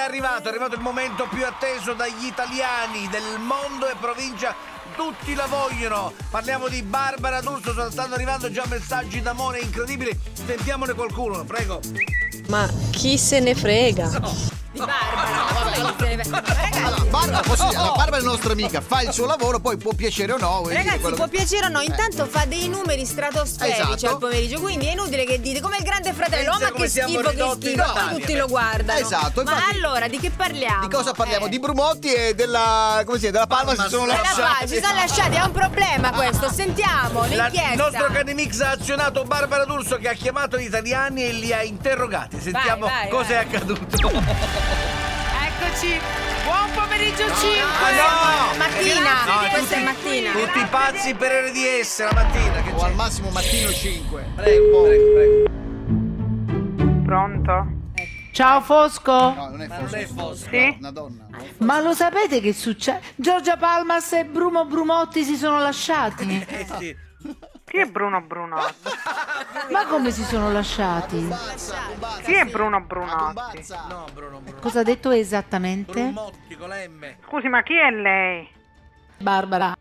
arrivato, è arrivato il momento più atteso dagli italiani del mondo e provincia. Tutti la vogliono. Parliamo di Barbara D'Urso, stanno arrivando già messaggi d'amore incredibili. Sentiamone qualcuno, prego. Ma chi se ne frega? Di Barbara, ma come gli serve? Ragazzi, Allora, Barbara, posso dire, la Oh. Barbara è la nostra amica, fa il suo lavoro, poi può piacere o no. vuoi dire Ragazzi, quello può che- piacere o no, intanto fa dei numeri stratosferici Esatto. al pomeriggio, quindi è inutile che dite come il grande fratello, Pensa "Oh, ma come che siamo schifo, che ridotti in schifo, Italia, tutti beh. lo guardano. Esatto, ma infatti- allora di che parliamo? Di cosa parliamo? Eh. Di Brumotti e della. come si dice? Della Palma si sono Della Dalla lasciati. pace, ci sono lasciati, è un problema questo, sentiamo La- il l'inchiesta. nostro cane mix ha azionato Barbara D'Urso che ha chiamato gli italiani e li ha interrogati. Sentiamo vai, cosa è vai. accaduto. Eccoci, buon pomeriggio 5. Ah, no! Mattina, No, questa tutti- è mattina. Tutti pazzi per RDS la mattina che O al c'è. massimo mattino 5. Prego, prego, prego. Pronto? Ciao Fosco. No, non è Ma Ah, non è forse. Fosco. Sì? Una donna. Ma lo sapete che succede? Giorgia Palmas e Bruno Brumotti si sono lasciati. Eh sì. Chi è Bruno Brunotti? Ma come si sono lasciati? Chi è Bruno Brunotti? Combazza. No, Bruno, Bruno. Cosa ha detto esattamente? Brumotti con la M. Scusi, ma chi è lei? Barbara.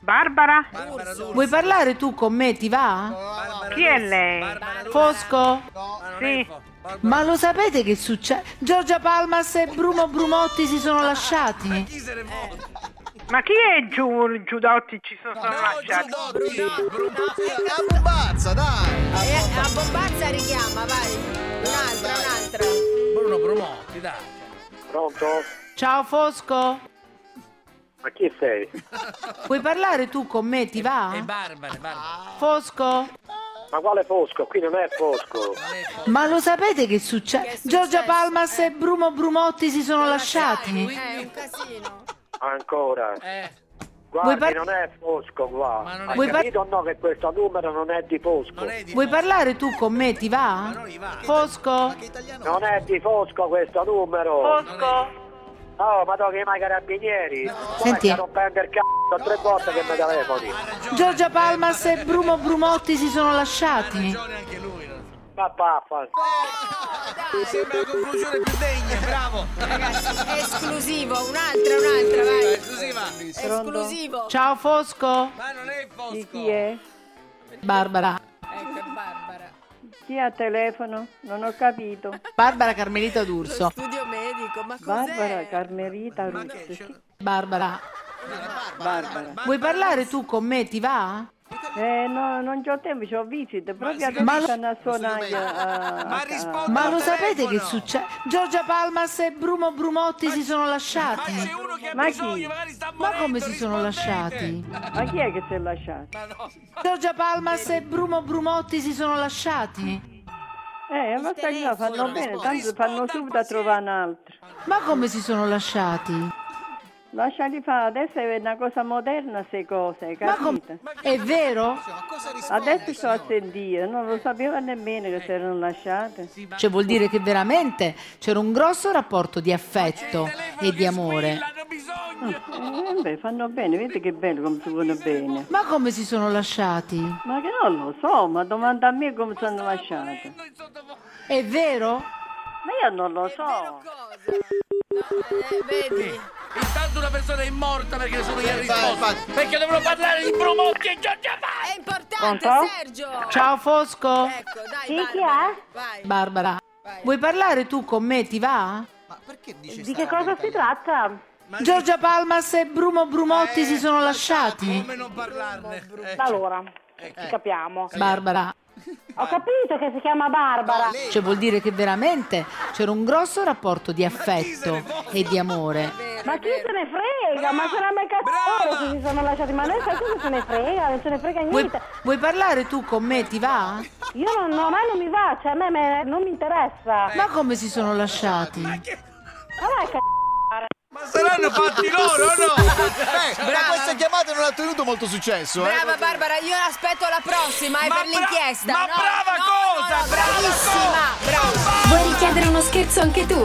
Barbara? Barbara D'Urso. Vuoi parlare tu con me? Ti va? Barbara Chi è D'Urso. lei? Barbara D'Urso. Fosco? Ma non Sì. è Fo- Barbara- Ma lo sapete che succede? Giorgia Palmas e Bruno Brumotti si sono Ma lasciati. chi se ne fotte? Ma chi è Giu- Giudotti? Ci sono cioè, sono No, lasciati. Giudotti. Brumotti. La bombazza, dai. Eh, la bombazza richiama, vai. Un'altra, un'altra. Bruno Brumotti, dai. Pronto? Ciao Fosco? Ma chi sei? Vuoi parlare tu con me? Ti E va? Barbara, Barbara. Fosco? Ma quale Fosco? Qui non è Fosco. Ma lo sapete che Che è succede? successo? Giorgia Palmas e Bruno Brumotti si sono lasciati. Eh, è un casino. Ancora. Eh, Guardi, par- non è Fosco qua. Ma non è- Hai Vuoi par- capito o no che questo numero non è di Fosco? non è di Vuoi Fosco. parlare tu con me? Ti Ma va? non gli va. Fosco? Che italiano? Non è di Fosco questo numero. Fosco? Oh, ma tu che mai carabinieri? Guarda, Senti. sto rompendo il c***o tre volte che mi telefoni. Ha ragione. Giorgia Palmas Eh, e Bruno Brumotti si sono lasciati. Ha ragione anche lui. non so. Ma paffa. Mi sembra la conclusione più degna, bravo. Ragazzi, esclusivo, un'altra, un'altra, vai. Esclusiva. Esclusivo. Ciao Fosco? Ma non è Fosco. Di chi è? Barbara. Ecco, è Barbara. Chi ha telefono? Non ho capito. Barbara Carmelita D'Urso. Studio medico, ma Barbara cos'è? Carmerita Ma che c'è? Russi. Barbara. Barbara. Vuoi parlare tu con me? Ti va? Eh no, non c'ho tempo, c'ho visite. si Proprio capisce- adesso stanno a suonare. a- Ma a- rispondi Ma al lo sapete che telefono. succede? Giorgia Palmas e Bruno Brumotti si sono Ma c'è lasciati. uno che ha Ma chi? bisogno, magari sta Ma morendo. come si sono rispondete. lasciati? Ma chi è che si è lasciato? Ma no. Giorgia Palmas e Bruno Brumotti si sono lasciati. Eh, ma sta già, fanno telefono, bene, rispondi. tanto fanno subito a trovare un altro. Ma come si sono lasciati? Lasciali fare, adesso è una cosa moderna queste cose, Ma com- capite? È vero? Ma cosa risponde? Adesso sto a sentire, non lo sapeva nemmeno che si erano lasciate. Cioè vuol dire che veramente c'era un grosso rapporto di affetto e di amore. Hanno bisogno. Eh, beh, fanno bene, vedi che bello come si vuole bene. Ma come si sono lasciati? Ma che non lo so, ma domanda a me come sono lasciate. Morendo in sottofondo. È vero? Ma io non lo Vero so. cosa? No, eh, vedi? Intanto una persona è morta perché nessuno gli ha risposto. infatti. Perché devono parlare di Brumotti e Giorgia Palmas. È importante, Pronto? Sergio. Ciao Fosco? Ecco, dai, Sì, chi Barbara, Vai. Barbara, Vai. vuoi parlare tu con me? Ti va? Ma perché dice Di che cosa si tratta? Giorgia Palmas e Bruno Brumotti Eh, si sono lasciati. Come non parlarne? Eh, Allora, ci capiamo. Barbara, Ho capito che si chiama Barbara. cioè vuol dire che veramente c'era un grosso rapporto di affetto fotte? e di amore. Vero, Ma chi vero. se ne frega? Ma sarà mai Brava! cazzo che si sono lasciati? Ma adesso cosa se ne frega? Non se ne frega Vuoi, niente. vuoi parlare tu con me? Ti va? Eh. Io non, no, a me non mi va, cioè a me, me- non mi interessa. Ma come si sono lasciati? Ma vai a c***are. Ma saranno fatti loro o no? Eh, ma questa chiamata non ha ottenuto molto successo, eh? Brava Barbara, io aspetto la prossima, è Ma per bra- l'inchiesta. ma no, brava no, cosa, no, no, brava bravissima, brava. Vuoi richiedere uno scherzo anche tu?